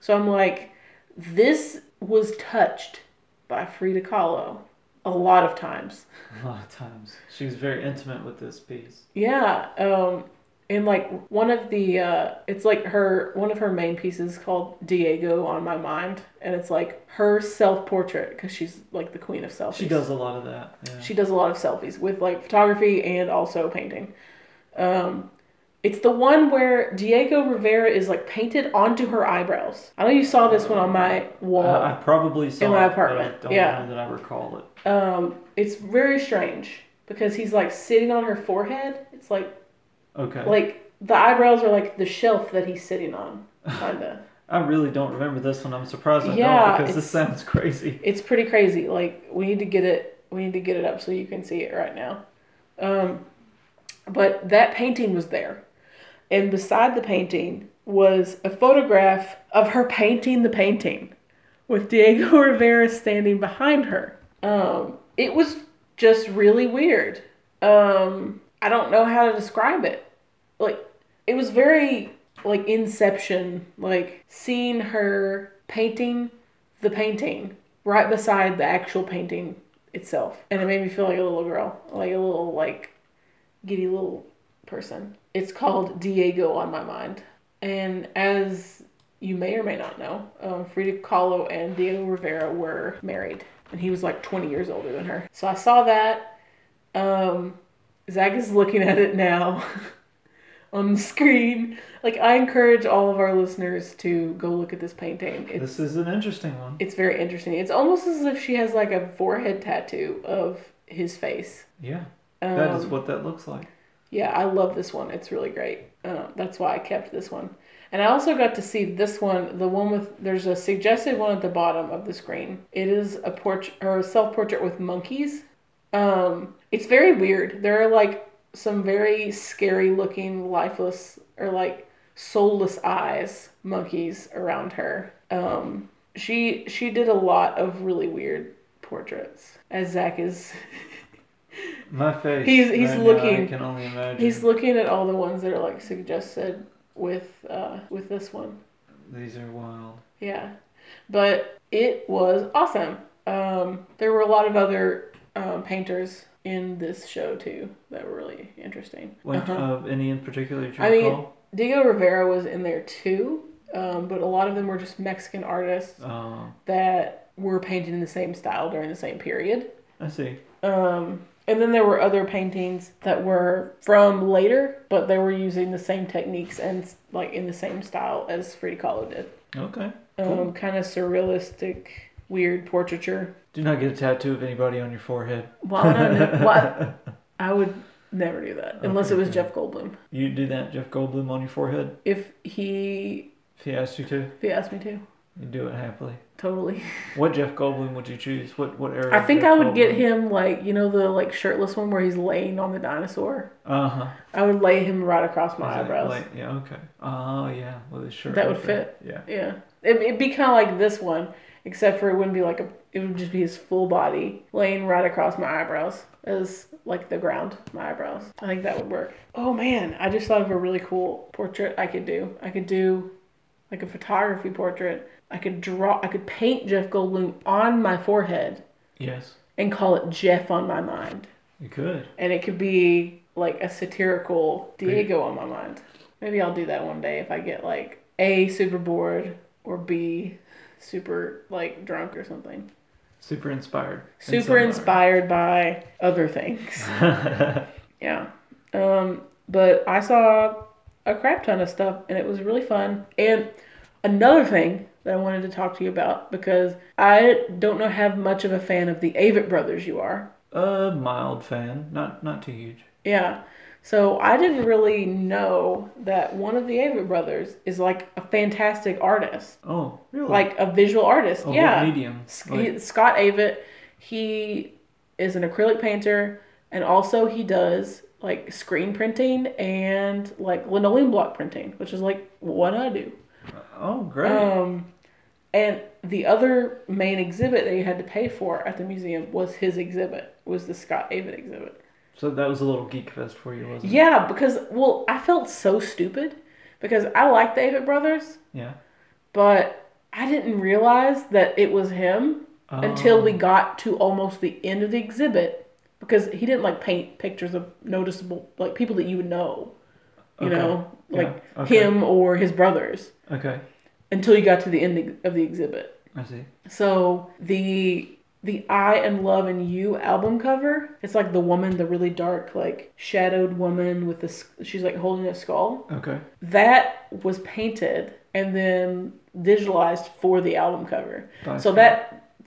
Speaker 3: So I'm like, this was touched by Frida Kahlo a lot of times.
Speaker 2: a lot of times. She was very intimate with this piece.
Speaker 3: Yeah, um, and like one of the uh, it's like her one of her main pieces called Diego on my mind, and it's like her self portrait because she's like the queen of selfies.
Speaker 2: She does a lot of that. Yeah.
Speaker 3: She does a lot of selfies with like photography and also painting. Um, it's the one where Diego Rivera is like painted onto her eyebrows. I know you saw this one on my wall.
Speaker 2: Uh, I probably saw
Speaker 3: In my
Speaker 2: it, but
Speaker 3: apartment,
Speaker 2: I don't
Speaker 3: yeah.
Speaker 2: know that I recall it.
Speaker 3: Um, it's very strange because he's like sitting on her forehead. It's like
Speaker 2: Okay.
Speaker 3: like the eyebrows are like the shelf that he's sitting on kinda
Speaker 2: I really don't remember this one. I'm surprised I
Speaker 3: Yeah,
Speaker 2: don't because this
Speaker 3: it's-
Speaker 2: sounds crazy.
Speaker 3: it's pretty crazy like we need to get it we need to get it up so you can see it right now um, but that painting was there and beside the painting was a photograph of her painting the painting with diego rivera standing behind her um, it was just really weird um, i don't know how to describe it like it was very like inception like seeing her painting the painting right beside the actual painting itself and it made me feel like a little girl like a little like giddy little person it's called diego on my mind and as you may or may not know um, frida kahlo and diego rivera were married and he was like 20 years older than her so i saw that um, zach is looking at it now on the screen like i encourage all of our listeners to go look at this painting it's
Speaker 2: This is an interesting one.
Speaker 3: it's very interesting. It's almost as if she has like a forehead tattoo of his face.
Speaker 2: Yeah.
Speaker 3: Um,
Speaker 2: That is what that looks like.
Speaker 3: yeah, I love this one. It's really great. Uh, that's why I kept this one. And I also got to see this one, the one with there's a suggested one at the bottom of the screen. It is a portrait or a self portrait with monkeys. Um, it's very weird. There are like some very scary looking, lifeless or like soulless eyes monkeys around her. Um, she she did a lot of really weird portraits. As Zach is
Speaker 2: My face.
Speaker 3: He's- he's
Speaker 2: right now,
Speaker 3: looking-
Speaker 2: I can only imagine.
Speaker 3: He's looking at all the ones that are like suggested with uh, with this one.
Speaker 2: These are wild.
Speaker 3: Yeah, but it was awesome. Um, There were a lot of other um, painters in this show too that were really interesting.
Speaker 2: Went,
Speaker 3: Uh-huh.
Speaker 2: uh, any in particular you
Speaker 3: I mean-
Speaker 2: recall?
Speaker 3: Diego Rivera was in there too, um, but a lot of them were just Mexican artists
Speaker 2: Uh,
Speaker 3: that were painted in the same style during the same period.
Speaker 2: I see.
Speaker 3: Um, and then there were other paintings that were from later, but they were using the same techniques and like in the same style as Frida Kahlo did.
Speaker 2: Okay.
Speaker 3: Um,
Speaker 2: Cool.
Speaker 3: Kind of surrealistic, weird portraiture.
Speaker 2: Do not get a tattoo of anybody on your forehead.
Speaker 3: Well, I, don't know- well, I would never do that unless it was Jeff Goldblum.
Speaker 2: You do that, Jeff Goldblum, on your forehead
Speaker 3: If he
Speaker 2: if he asked you to.
Speaker 3: if he asked me to,
Speaker 2: You do it happily.
Speaker 3: totally.
Speaker 2: What Jeff Goldblum would you choose? What what era?
Speaker 3: I think I would get him like you know the like shirtless one where he's laying on the dinosaur.
Speaker 2: Uh huh.
Speaker 3: I would lay him right across my eyebrows.
Speaker 2: yeah. Okay. Oh yeah. With his shirt.
Speaker 3: That would
Speaker 2: open.
Speaker 3: fit.
Speaker 2: Yeah.
Speaker 3: Yeah, it, it'd be kind of like this one, except for it wouldn't be like a. It would just be his full body laying right across my eyebrows as like the ground, my eyebrows. I think that would work. Oh man, I just thought of a really cool portrait I could do. I could do like a photography portrait. I could draw. I could paint Jeff Goldblum on my forehead
Speaker 2: Yes.
Speaker 3: and call it Jeff on my mind.
Speaker 2: You could.
Speaker 3: and it could be like a satirical Diego on my mind. Maybe I'll do that one day if I get like A super bored or B super like drunk or something.
Speaker 2: Super inspired. in
Speaker 3: Super
Speaker 2: some way.
Speaker 3: inspired by other things. yeah. Um but I saw a crap ton of stuff and it was really fun. And another thing that I wanted to talk to you about because I don't know how much of a fan of the Avett brothers you are.
Speaker 2: a mild fan. Not not too huge.
Speaker 3: Yeah. So I didn't really know that one of the Avett brothers is like a fantastic artist,
Speaker 2: Oh really?
Speaker 3: like a visual artist.
Speaker 2: Of
Speaker 3: yeah.
Speaker 2: Oh, What medium?
Speaker 3: S-
Speaker 2: Like,
Speaker 3: he- Scott Avett, he is an acrylic painter and also he does like screen printing and like linoleum block printing, which is like what I do.
Speaker 2: oh great.
Speaker 3: Um, and the other main exhibit that you had to pay for at the museum was his exhibit, was the Scott Avett exhibit.
Speaker 2: so that was a little geek fest for you, wasn't it?
Speaker 3: Yeah, because well, I felt so stupid because I liked the Avett Brothers,
Speaker 2: Yeah.
Speaker 3: but I didn't realize that it was him until
Speaker 2: Oh.
Speaker 3: we got to almost the end of the exhibit because he didn't like paint pictures of noticeable like people that you would know, you
Speaker 2: Okay.
Speaker 3: know,
Speaker 2: Yeah,
Speaker 3: like
Speaker 2: okay.
Speaker 3: him or his brothers
Speaker 2: Oh, Okay.
Speaker 3: until you got to the end of the exhibit.
Speaker 2: I see.
Speaker 3: So the the I and Love and You album cover, it's like the woman, the really dark, like shadowed woman with this. She's like holding a skull.
Speaker 2: Okay.
Speaker 3: That was painted and then digitalized for the album cover.
Speaker 2: That's
Speaker 3: so
Speaker 2: cool.
Speaker 3: that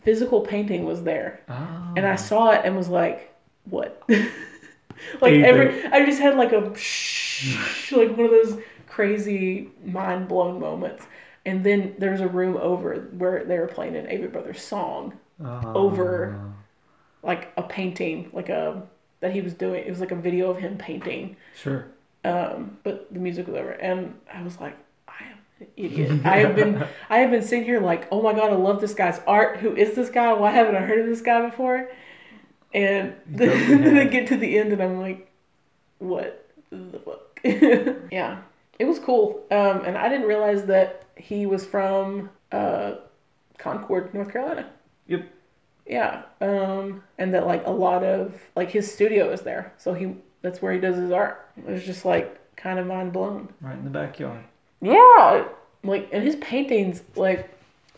Speaker 3: physical painting was there,
Speaker 2: Ah.
Speaker 3: and I saw it and was like, "What?" like
Speaker 2: Even.
Speaker 3: every, I just had like a shh, like one of those crazy mind blown moments. And then there's a room over where they were playing an Avery Brothers song
Speaker 2: Ah.
Speaker 3: over like a painting, like a that he was doing. It was like a video of him painting,
Speaker 2: Sure.
Speaker 3: um, but the music was over, and I was like, I am an idiot. I have been I have been sitting here like, oh my god, I love this guy's art. Who is this guy? Why haven't I heard of this guy before? And
Speaker 2: Totally
Speaker 3: then I
Speaker 2: have.
Speaker 3: get to the end, and I'm like, what the fuck? yeah, it was cool, um, and I didn't realize that he was from uh, Concord, North Carolina.
Speaker 2: Yep.
Speaker 3: Yeah, um, and that like a lot of like his studio is there, so he that's where he does his art. It was just like kind of mind blown.
Speaker 2: Right in the backyard.
Speaker 3: Yeah, like and his paintings like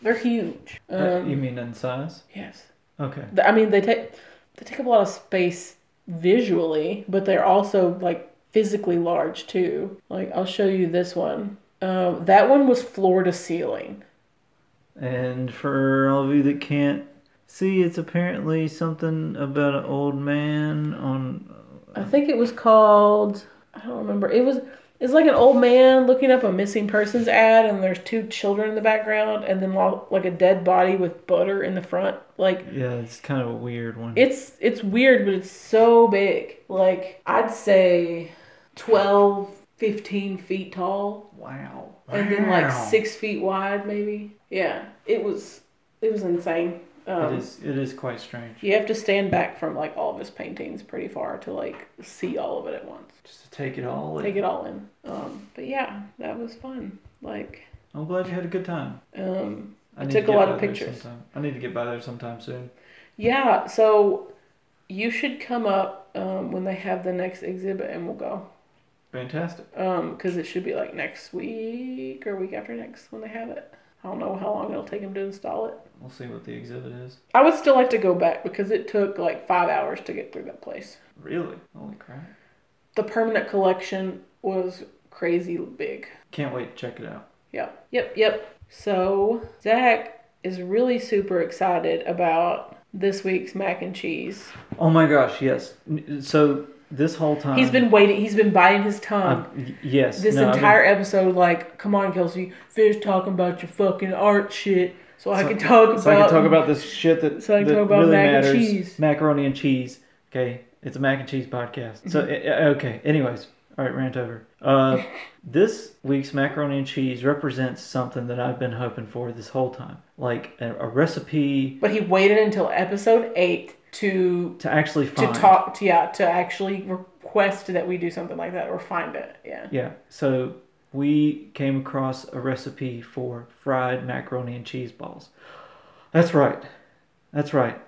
Speaker 3: they're huge.
Speaker 2: Uh, you
Speaker 3: Um,
Speaker 2: mean in size?
Speaker 3: yes,
Speaker 2: Okay.
Speaker 3: Th- I mean they take they take up a lot of space visually, but they're also like physically large too. Like I'll show you this one. Um, that one was floor to ceiling.
Speaker 2: And for all of you that can't see, it's apparently something about an old man on.
Speaker 3: I think it was called I don't remember. It was it's like an old man looking up a missing persons ad and there's two children in the background and then lo- like a dead body with butter in the front. Like
Speaker 2: Yeah, it's kind of a weird one.
Speaker 3: it's it's weird but it's so big. Like I'd say 12 15 feet tall
Speaker 2: wow.
Speaker 3: and then like
Speaker 2: Wow.
Speaker 3: 6 feet wide maybe. Yeah. It was it was insane. Um,
Speaker 2: It is. It is quite strange.
Speaker 3: You have to stand back from like all of his paintings pretty far to like see all of it at once
Speaker 2: Just to take it all. in.
Speaker 3: take it all in. Um, but yeah, that was fun. Like,
Speaker 2: I'm glad you had a good time.
Speaker 3: um,
Speaker 2: I
Speaker 3: I
Speaker 2: need
Speaker 3: took
Speaker 2: to
Speaker 3: a
Speaker 2: get
Speaker 3: lot
Speaker 2: by
Speaker 3: of
Speaker 2: there
Speaker 3: pictures.
Speaker 2: sometime. I need to get by there sometime soon.
Speaker 3: Yeah, so you should come up um, when they have the next exhibit and we'll go.
Speaker 2: Fantastic.
Speaker 3: Because it should be like next week or week after next when they have it. I don't know how long it'll take them to install it.
Speaker 2: We'll see what the exhibit is.
Speaker 3: I would still like to go back because it took like five hours to get through that place.
Speaker 2: Really? Holy crap.
Speaker 3: The permanent collection was crazy big.
Speaker 2: Can't wait to check it out.
Speaker 3: Yep, yep, yep. So Zach is really super excited about this week's mac and cheese.
Speaker 2: Oh my gosh, yes. N- So this whole time
Speaker 3: He's been waiting. He's been biting his tongue.
Speaker 2: Um, I've- y- yes.
Speaker 3: this
Speaker 2: no, I've been-
Speaker 3: entire episode, like, come on, Kelsey, finish talking about your fucking art shit, so, I
Speaker 2: So-
Speaker 3: can talk
Speaker 2: so
Speaker 3: about.
Speaker 2: I can talk about this shit that,
Speaker 3: so I can
Speaker 2: that
Speaker 3: talk about
Speaker 2: really
Speaker 3: mac and
Speaker 2: matters.
Speaker 3: cheese.
Speaker 2: Macaroni and cheese. Okay, it's a mac and cheese podcast.
Speaker 3: Mm-hmm.
Speaker 2: So eh, eh, okay. Anyways, all right, rant over. Uh, this week's macaroni and cheese represents something that I've been hoping for this whole time, like a, a recipe
Speaker 3: But he waited until episode eight to
Speaker 2: to actually
Speaker 3: to
Speaker 2: find.
Speaker 3: talk to yeah to actually request that we do something like that or find it. Yeah.
Speaker 2: Yeah. So we came across a recipe for fried macaroni and cheese balls. That's right. That's right.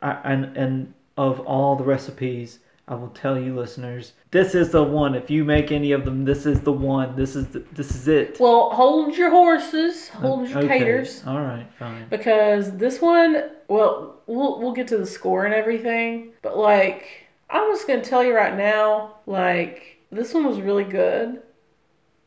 Speaker 2: I, and and of all the recipes, I will tell you, listeners, this is the one. If you make any of them, this is the one. This is the, this is it.
Speaker 3: Well, hold your horses, hold your
Speaker 2: Okay.
Speaker 3: taters,
Speaker 2: All right. Fine.
Speaker 3: because this one, well, we'll we'll get to the score and everything, but like I'm just gonna tell you right now, like this one was really good,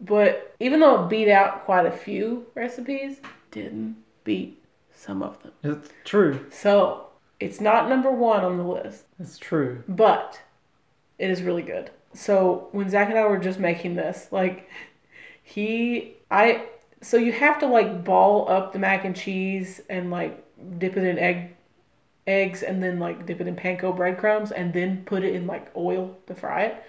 Speaker 3: but even though it beat out quite a few recipes, didn't beat some of them.
Speaker 2: It's true.
Speaker 3: So it's not number one on the list,
Speaker 2: It's true.
Speaker 3: but it is really good. So when Zach and I were just making this, like he, I, so you have to like ball up the mac and cheese and like dip it in egg, eggs and then like dip it in panko breadcrumbs and then put it in like oil to fry it.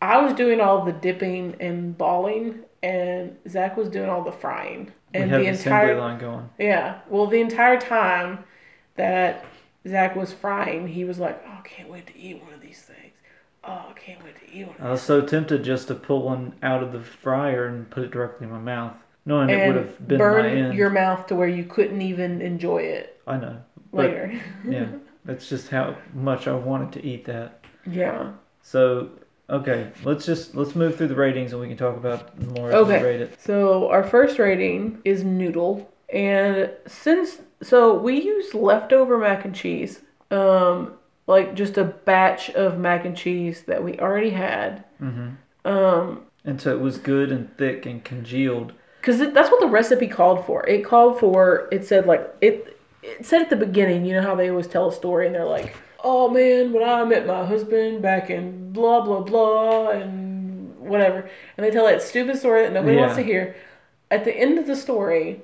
Speaker 3: I was doing all the dipping and balling, and Zach was doing all the frying.
Speaker 2: We
Speaker 3: And
Speaker 2: have
Speaker 3: the
Speaker 2: an
Speaker 3: entire
Speaker 2: assembly line going.
Speaker 3: yeah. Well, the entire time that Zach was frying, he was like, "Oh, I can't wait to eat one of these things. Oh, I can't wait to eat one." Of
Speaker 2: I was so tempted just to pull one out of the fryer and put it directly in my mouth, knowing
Speaker 3: these.
Speaker 2: it would
Speaker 3: And
Speaker 2: have been my
Speaker 3: burn
Speaker 2: end.
Speaker 3: your mouth to where you couldn't even enjoy it
Speaker 2: I know. But
Speaker 3: later.
Speaker 2: yeah, that's just how much I wanted to eat that.
Speaker 3: yeah.
Speaker 2: So okay, let's just let's move through the ratings and we can talk about more as
Speaker 3: Okay.
Speaker 2: we rate it.
Speaker 3: So our first rating is noodle, and since so we use leftover mac and cheese, um, like just a batch of mac and cheese that we already had.
Speaker 2: And so it was good and thick and congealed.
Speaker 3: because that's what the recipe called for it called for it said like it it said at the beginning you know how they always tell a story and they're like oh man when i met my husband back in blah blah blah and whatever and they tell that stupid story that nobody wants
Speaker 2: Yeah.
Speaker 3: to hear at the end of the story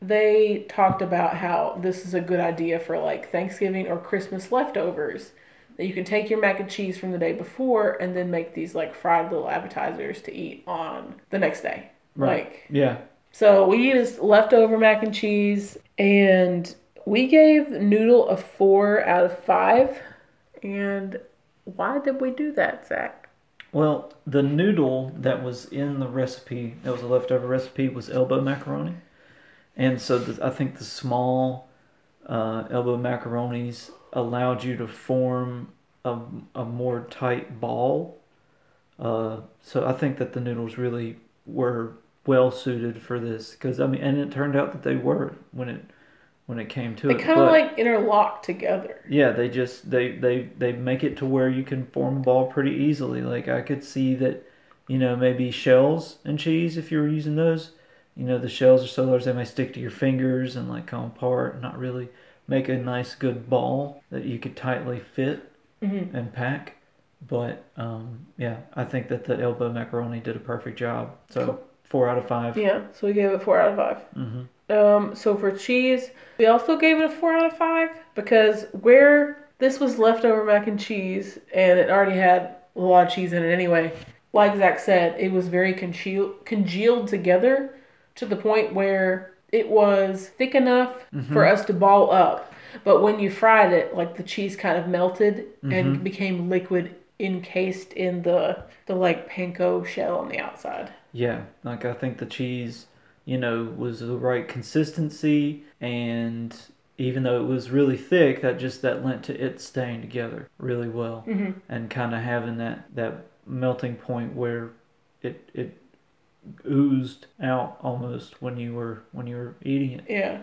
Speaker 3: they talked about how this is a good idea for like thanksgiving or christmas leftovers that you can take your mac and cheese from the day before and then make these like fried little appetizers to eat on the next day
Speaker 2: Right.
Speaker 3: like
Speaker 2: Yeah.
Speaker 3: so we used leftover mac and cheese, and we gave Noodle a four out of five. And why did we do that, Zach?
Speaker 2: Well, the noodle that was in the recipe, that was a leftover recipe, was elbow macaroni, and so the, I think the small uh, elbow macaronis allowed you to form a, a more tight ball. Uh, so I think that the noodles really were well suited for this because I mean, and it turned out that they were when it when it came to
Speaker 3: They
Speaker 2: it.
Speaker 3: kind of
Speaker 2: but-
Speaker 3: like interlock together.
Speaker 2: yeah, they just they they they make it to where you can form a ball pretty easily. Like I could see that, you know, maybe shells and cheese if you were using those, you know, the shells are so large they may stick to your fingers and like come apart, and not really make a nice good ball that you could tightly fit and pack. But um, yeah, I think that the elbow macaroni did a perfect job. So four out of five.
Speaker 3: Yeah, so we gave it four out of 5
Speaker 2: Mhm.
Speaker 3: Um, so for cheese, we also gave it a four out of five because where this was leftover mac and cheese, and it already had a lot of cheese in it anyway. Like Zach said, it was very congealed, congealed together to the point where it was thick enough for us to ball up. But when you fried it, like the cheese kind of melted and became liquid encased in the the like panko shell on the outside.
Speaker 2: Yeah, like I think the cheese, you know, was the right consistency and even though it was really thick, that just that lent to it staying together really well
Speaker 3: Mm-hmm.
Speaker 2: and kind of having that that melting point where it it oozed out almost when you were when you were eating it.
Speaker 3: Yeah.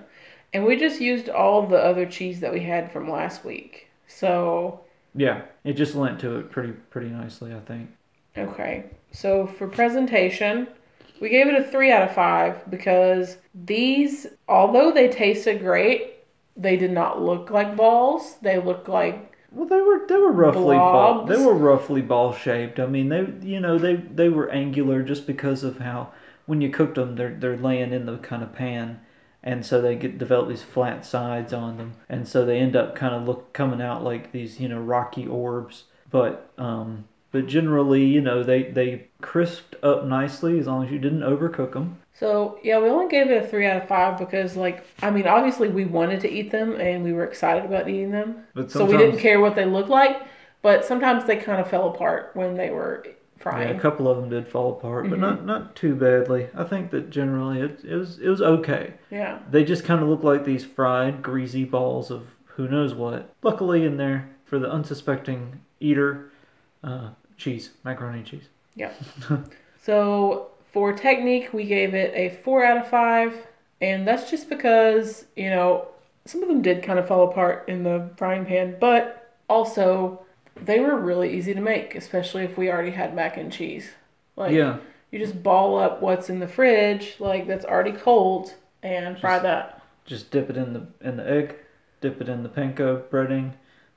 Speaker 3: And we just used all the other cheese that we had from last week. So,
Speaker 2: Yeah, it just lent to it pretty pretty nicely, I think.
Speaker 3: okay. So for presentation, we gave it a 3 out of 5 because these, although they tasted great, they did not look like balls. They looked like,
Speaker 2: Well, they were they were roughly ball,
Speaker 3: Blobs.
Speaker 2: they were roughly ball shaped. I mean, they you know they they were angular just because of how when you cooked them they're they're laying in the kind of pan, and so they get develop these flat sides on them, and so they end up kind of look coming out like these you know rocky orbs. But um, but generally you know they they crisped up nicely as long as you didn't overcook them.
Speaker 3: so yeah, we only gave it a 3 out of 5 because, like, I mean, obviously we wanted to eat them and we were excited about eating them.
Speaker 2: But
Speaker 3: So we didn't care what they looked like, but sometimes they kind of fell apart when they were
Speaker 2: Yeah,
Speaker 3: frying.
Speaker 2: a couple of them did fall apart,
Speaker 3: Mm-hmm.
Speaker 2: but not not too badly. I think that generally it, it was it was okay.
Speaker 3: Yeah.
Speaker 2: They just kind of look like these fried, greasy balls of who knows what. Luckily, in there for the unsuspecting eater, uh, cheese, macaroni and cheese.
Speaker 3: Yeah. so for technique, we gave it a four out of five, and that's just because you know some of them did kind of fall apart in the frying pan, but also they were really easy to make, especially if we already had mac and cheese. Like
Speaker 2: yeah,
Speaker 3: you just ball up what's in the fridge, like that's already cold, and fry
Speaker 2: Just-
Speaker 3: that.
Speaker 2: just dip it in the in the egg, dip it in the panko breading,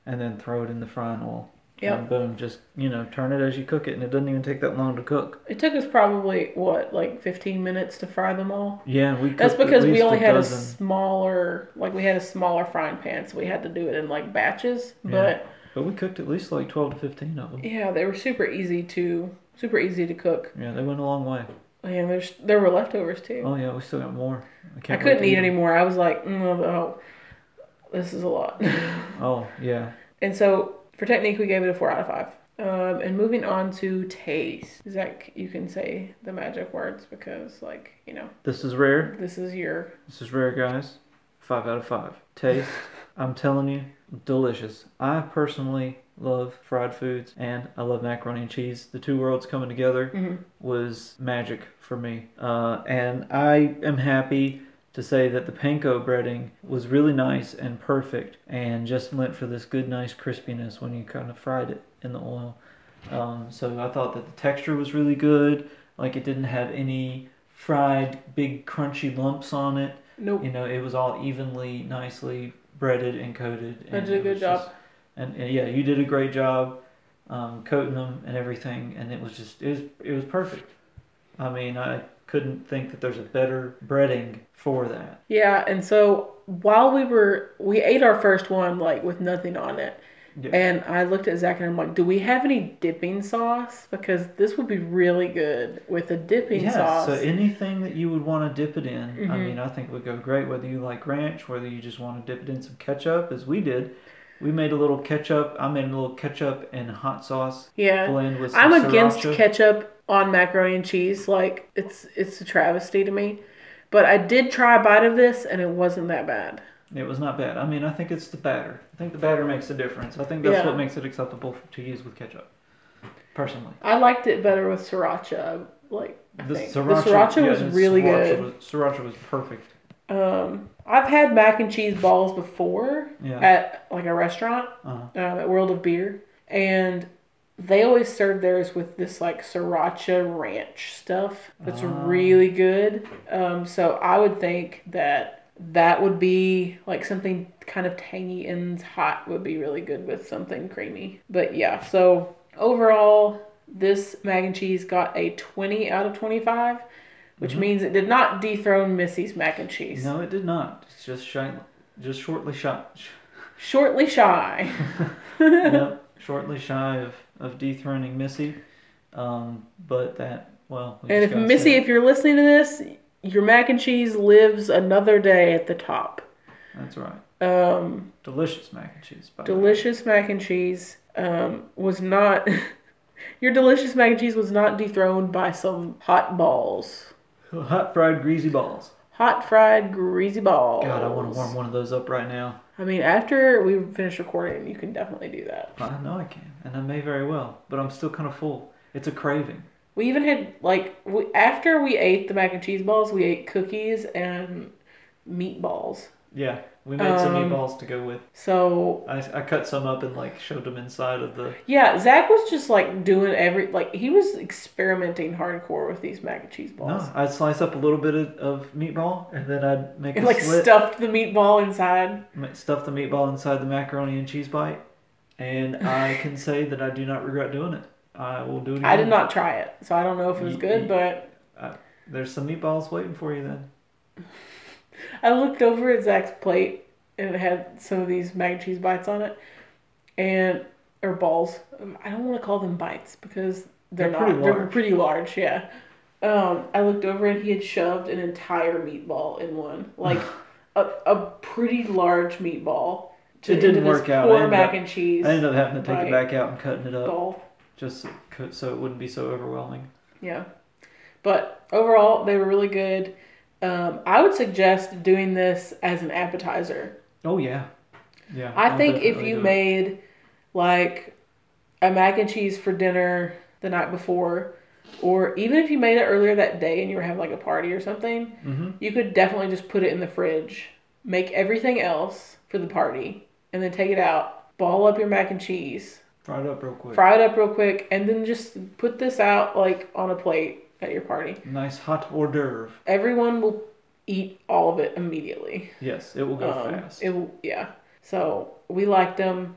Speaker 2: and then throw it in the frying oil.
Speaker 3: Yep.
Speaker 2: And boom, just you know, turn it as you cook it, and it doesn't even take that long to cook.
Speaker 3: It took us probably what like 15 minutes to fry them all.
Speaker 2: Yeah, we.
Speaker 3: That's
Speaker 2: cooked at
Speaker 3: because we
Speaker 2: least
Speaker 3: only
Speaker 2: a
Speaker 3: had a
Speaker 2: dozen.
Speaker 3: smaller, like we had a smaller frying pan, so we had to do it in like batches.
Speaker 2: Yeah. But we cooked at least like twelve to fifteen of them.
Speaker 3: But yeah, they were super easy to super easy to cook,
Speaker 2: Yeah, they went a long way.
Speaker 3: and there's there were leftovers too.
Speaker 2: Oh yeah, we still got more.
Speaker 3: I
Speaker 2: can't wait
Speaker 3: couldn't
Speaker 2: to
Speaker 3: eat
Speaker 2: them.
Speaker 3: anymore. I was like, mm, oh, this is a lot.
Speaker 2: Oh yeah,
Speaker 3: and so for technique, we gave it a four out of five. Um, and moving on to taste, Zach, you can say the magic words because, like, you know,
Speaker 2: this is rare.
Speaker 3: this is your
Speaker 2: This is rare, guys. Five out of five. Taste, I'm telling you, delicious. I personally love fried foods and I love macaroni and cheese. The two worlds coming together
Speaker 3: Mhm.
Speaker 2: was magic for me. Uh, and I am happy to say that the panko breading was really nice and perfect and just lent for this good, nice crispiness when you kind of fried it in the oil. Um, so I thought that the texture was really good. Like it didn't have any fried big crunchy lumps on it.
Speaker 3: nope.
Speaker 2: You know, it was all evenly, nicely breaded and coated.
Speaker 3: I
Speaker 2: and
Speaker 3: did a
Speaker 2: it
Speaker 3: good
Speaker 2: was
Speaker 3: job.
Speaker 2: just- and, and yeah, you did a great job um, coating them and everything. And it was just it was it was perfect. I mean, I couldn't think that there's a better breading for that.
Speaker 3: Yeah, and so while we were we ate our first one like with nothing on it.
Speaker 2: Yeah.
Speaker 3: And I looked at Zach and I'm like, do we have any dipping sauce? Because this would be really good with a dipping
Speaker 2: Yeah,
Speaker 3: sauce.
Speaker 2: so anything that you would want to dip it in, I
Speaker 3: Mhm.
Speaker 2: mean, I think would go great. Whether you like ranch, whether you just want to dip it in some ketchup, as we did, we made a little ketchup. I made a little ketchup and hot sauce
Speaker 3: yeah.
Speaker 2: blend with. Some
Speaker 3: I'm against
Speaker 2: sriracha.
Speaker 3: ketchup on macaroni and cheese. Like it's it's a travesty to me. But I did try a bite of this and it wasn't that bad.
Speaker 2: It was not bad. I mean, I think it's the batter. I think the batter makes a difference. I think that's
Speaker 3: Yeah.
Speaker 2: what makes it acceptable f to use with ketchup, personally.
Speaker 3: I liked it better with sriracha. Like I
Speaker 2: The
Speaker 3: think.
Speaker 2: sriracha,
Speaker 3: the sriracha
Speaker 2: yeah,
Speaker 3: was
Speaker 2: the
Speaker 3: really
Speaker 2: sriracha
Speaker 3: good.
Speaker 2: Was, sriracha was perfect.
Speaker 3: Um, I've had mac and cheese balls before
Speaker 2: Yeah.
Speaker 3: at like a restaurant
Speaker 2: Uh-huh.
Speaker 3: um, at World of Beer, and they always serve theirs with this like sriracha ranch stuff that's
Speaker 2: Ah.
Speaker 3: really good. Um, so I would think that that would be like something kind of tangy and hot would be really good with something creamy. But yeah, so overall, this mac and cheese got a 20 out of 25, which means it did not dethrone Missy's mac and cheese.
Speaker 2: Mm-hmm. No, it did not. It's just shy, just shortly shot.
Speaker 3: Shortly shy.
Speaker 2: yep, shortly shy of, of dethroning Missy. Um, but that, well. we
Speaker 3: And
Speaker 2: just
Speaker 3: if
Speaker 2: gotta
Speaker 3: Missy,
Speaker 2: say it.
Speaker 3: if you're listening to this, your mac and cheese lives another day at the top.
Speaker 2: That's right.
Speaker 3: Um,
Speaker 2: Delicious mac and cheese. By the way.
Speaker 3: delicious mac and cheese um, was not. your delicious mac and cheese was not dethroned by some hot balls,
Speaker 2: Hot fried greasy balls.
Speaker 3: hot fried greasy balls.
Speaker 2: God, I want to warm one of those up right now.
Speaker 3: I mean, after we finish recording, you can definitely do that.
Speaker 2: I know I can, and I may very well, but I'm still kind of full. It's a craving.
Speaker 3: We even had like we, after we ate the mac and cheese balls, we ate cookies and meatballs.
Speaker 2: Yeah, we made some
Speaker 3: Um,
Speaker 2: meatballs to go with.
Speaker 3: So
Speaker 2: I, I cut some up and like shoved them inside of the.
Speaker 3: yeah, Zach was just like doing every like he was experimenting hardcore with these mac and cheese balls.
Speaker 2: No, I'd slice up a little bit of, of meatball and then I'd make a
Speaker 3: And like
Speaker 2: slit,
Speaker 3: stuffed the meatball inside.
Speaker 2: ma- stuff the meatball inside the macaroni and cheese bite, and I can say that I do not regret doing it. I will do it. Again.
Speaker 3: I did not try it, so I don't know if it was
Speaker 2: Ye-
Speaker 3: good,
Speaker 2: ye-
Speaker 3: but
Speaker 2: There's some meatballs waiting for you then.
Speaker 3: I looked over at Zach's plate and it had some of these mac and cheese bites on it, and or balls. Um, I don't want to call them bites because
Speaker 2: They're
Speaker 3: they're, not.
Speaker 2: pretty
Speaker 3: They're
Speaker 2: large.
Speaker 3: pretty large, yeah. Um, I looked over and he had shoved an entire meatball in one, like a, a pretty large meatball.
Speaker 2: It didn't
Speaker 3: into this
Speaker 2: work out. I
Speaker 3: Poor
Speaker 2: ended
Speaker 3: mac
Speaker 2: up-
Speaker 3: and cheese
Speaker 2: I ended up having to take it
Speaker 3: Right.
Speaker 2: back out and cutting it up
Speaker 3: ball.
Speaker 2: just so, so it wouldn't be so overwhelming.
Speaker 3: Yeah. But overall, they were really good. Um, I would suggest doing this as an appetizer.
Speaker 2: Oh yeah, yeah.
Speaker 3: I
Speaker 2: I'll
Speaker 3: think if
Speaker 2: definitely
Speaker 3: you
Speaker 2: do it.
Speaker 3: made like a mac and cheese for dinner the night before, or even if you made it earlier that day and you were having like a party or something,
Speaker 2: Mhm.
Speaker 3: you could definitely just put it in the fridge, make everything else for the party, and then take it out, ball up your mac and cheese,
Speaker 2: fry it up real quick,
Speaker 3: fry it up real quick, and then just put this out like on a plate at your party.
Speaker 2: nice hot hors d'oeuvre.
Speaker 3: everyone will eat all of it immediately.
Speaker 2: Yes, it will go
Speaker 3: Um,
Speaker 2: fast.
Speaker 3: It will, yeah. So we liked them.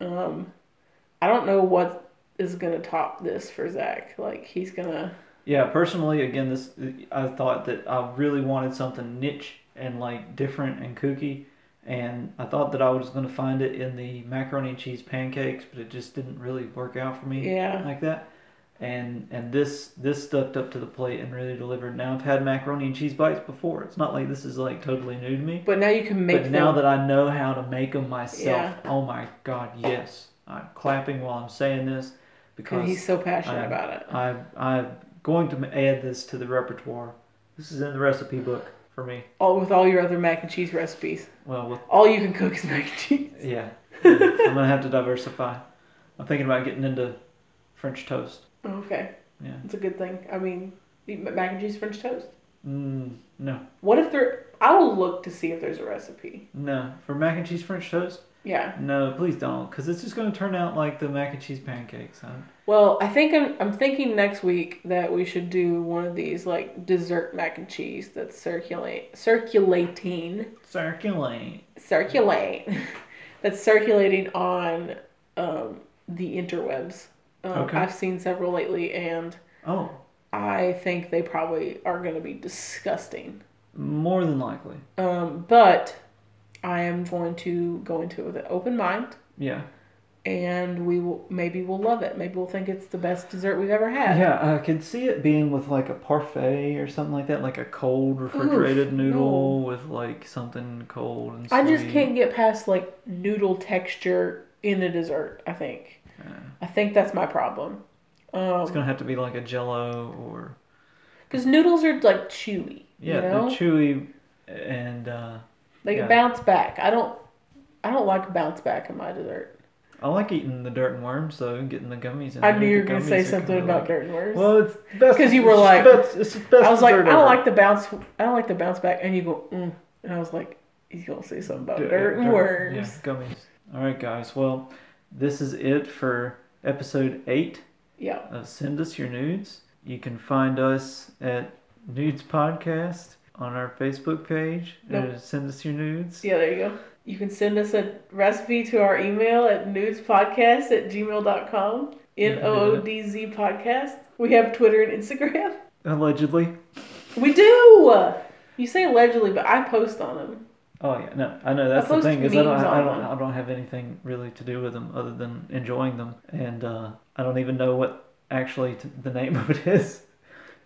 Speaker 3: Um, I don't know what is gonna top this for Zach. Like he's gonna.
Speaker 2: Yeah, personally, again, this I thought that I really wanted something niche and like different and kooky, and I thought that I was going to find it in the macaroni and cheese pancakes, but it just didn't really work out for me
Speaker 3: Yeah.
Speaker 2: like that. And and this this stuck up to the plate and really delivered. Now I've had macaroni and cheese bites before. It's not like this is like totally new to me.
Speaker 3: But now you can make
Speaker 2: But now
Speaker 3: them.
Speaker 2: that I know how to make them myself,
Speaker 3: Yeah.
Speaker 2: oh my god, yes! I'm clapping while I'm saying this because
Speaker 3: and he's so passionate
Speaker 2: I'm-
Speaker 3: about it.
Speaker 2: I, I'm going to add this to the repertoire. This is in the recipe book for me.
Speaker 3: All with all your other mac and cheese recipes.
Speaker 2: Well, with,
Speaker 3: All you can cook is mac and cheese.
Speaker 2: yeah, I'm gonna have to diversify. I'm thinking about getting into French toast.
Speaker 3: Okay.
Speaker 2: Yeah.
Speaker 3: It's a good thing. I mean, eat ma- mac and cheese French toast.
Speaker 2: Mm, no,
Speaker 3: What if there? I will look to see if there's a recipe.
Speaker 2: no, for mac and cheese French toast,
Speaker 3: Yeah.
Speaker 2: no, please don't, because it's just gonna turn out like the mac and cheese pancakes. Huh?
Speaker 3: Well, I think I'm, I'm thinking next week that we should do one of these like dessert mac and cheese that's circulate circulating
Speaker 2: Circulate.
Speaker 3: circulate that's circulating on um, the interwebs. Um,
Speaker 2: Okay.
Speaker 3: I've seen several lately, and
Speaker 2: Oh,
Speaker 3: I think they probably are going to be disgusting.
Speaker 2: more than likely.
Speaker 3: Um, but I am going to go into it with an open mind,
Speaker 2: Yeah.
Speaker 3: and we will maybe we'll love it. Maybe we'll think it's the best dessert we've ever had.
Speaker 2: Yeah, I could see it being with like a parfait or something like that, like a cold refrigerated noodle with like something cold and sweet.
Speaker 3: I just can't get past like noodle texture in a dessert. I think.
Speaker 2: Yeah.
Speaker 3: I think that's my problem.
Speaker 2: It's
Speaker 3: Um
Speaker 2: gonna have to be like a Jello or
Speaker 3: 'cause because noodles are like chewy.
Speaker 2: yeah,
Speaker 3: you know?
Speaker 2: the chewy and uh,
Speaker 3: they
Speaker 2: yeah.
Speaker 3: bounce back. I don't. I don't like bounce back in my dessert.
Speaker 2: I like eating the dirt and worms though, and getting the gummies. In
Speaker 3: I
Speaker 2: there.
Speaker 3: knew you were
Speaker 2: The
Speaker 3: gonna
Speaker 2: gummies
Speaker 3: say
Speaker 2: are
Speaker 3: something
Speaker 2: kinda
Speaker 3: about
Speaker 2: like-
Speaker 3: dirt and worms.
Speaker 2: Well, it's the best
Speaker 3: 'Cause you were
Speaker 2: it's the
Speaker 3: like-
Speaker 2: best- it's the best
Speaker 3: I was like, I
Speaker 2: dessert
Speaker 3: don't
Speaker 2: ever.
Speaker 3: like the bounce. I don't like the bounce back. And you go, mm. and I was like, he's gonna say something about
Speaker 2: Yeah,
Speaker 3: dirt
Speaker 2: yeah,
Speaker 3: and worms.
Speaker 2: Yeah, gummies. All right, guys. Well, this is it for episode eight.
Speaker 3: yeah.
Speaker 2: uh, send us your nudes. You can find us at Nudes Podcast on our Facebook page.
Speaker 3: Nope.
Speaker 2: Uh, send us your nudes.
Speaker 3: Yeah, there you go. You can send us a recipe to our email at nudespodcast at gmail.com. N O O D Z podcast. We have Twitter and Instagram.
Speaker 2: Allegedly.
Speaker 3: We do! You say allegedly, but I post on them.
Speaker 2: Oh yeah, no, I know that's the
Speaker 3: post
Speaker 2: thing is I don't,
Speaker 3: memes
Speaker 2: I
Speaker 3: on
Speaker 2: don't,
Speaker 3: them.
Speaker 2: I don't have anything really to do with them other than enjoying them, and uh, I don't even know what actually t- the name of it is.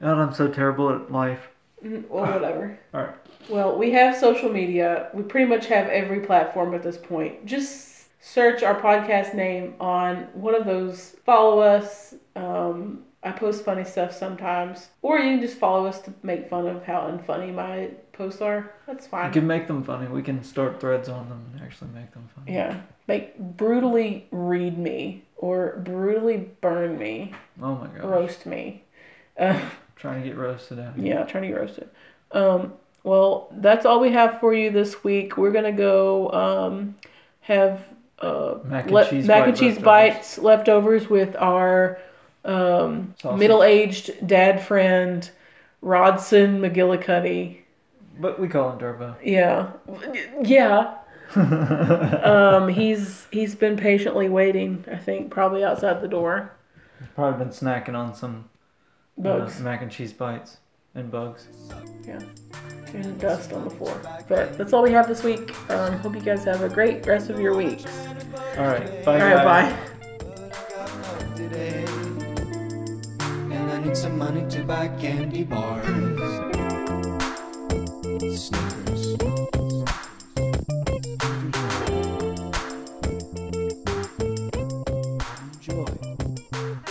Speaker 2: God, I'm so terrible at life.
Speaker 3: Mm, Well, whatever.
Speaker 2: All right,
Speaker 3: Well, we have social media. We pretty much have every platform at this point. Just search our podcast name on one of those. Follow us. Um, I post funny stuff sometimes. Or you can just follow us to make fun of how unfunny my posts are. That's
Speaker 2: We
Speaker 3: fine.
Speaker 2: can make them funny. We can start threads on them and actually make them funny.
Speaker 3: Yeah. Like brutally read me or brutally burn me,
Speaker 2: Oh my gosh.
Speaker 3: roast me. Uh,
Speaker 2: Trying to get roasted out.
Speaker 3: yeah, trying to get roasted. Um, well, that's all we have for you this week. We're gonna go um, have uh,
Speaker 2: Mac and
Speaker 3: le-
Speaker 2: cheese
Speaker 3: mac
Speaker 2: bite
Speaker 3: and cheese
Speaker 2: leftovers.
Speaker 3: bites leftovers with our um,
Speaker 2: Sausage.
Speaker 3: middle-aged dad friend Rodson McGillicuddy.
Speaker 2: But we call him Durbo.
Speaker 3: Yeah, yeah. um, he's he's been patiently waiting. I think probably outside the door.
Speaker 2: Probably been snacking on some uh,
Speaker 3: Bugs.
Speaker 2: mac and cheese bites and bugs.
Speaker 3: Yeah. There's dust on the floor. But that's all we have this week. Um, hope you guys have a great rest of your weeks.
Speaker 2: All right.
Speaker 3: All
Speaker 2: Bye.
Speaker 3: right,
Speaker 2: guys.
Speaker 3: bye.
Speaker 1: today. And I need some money to buy candy bars. Snickers. Enjoy.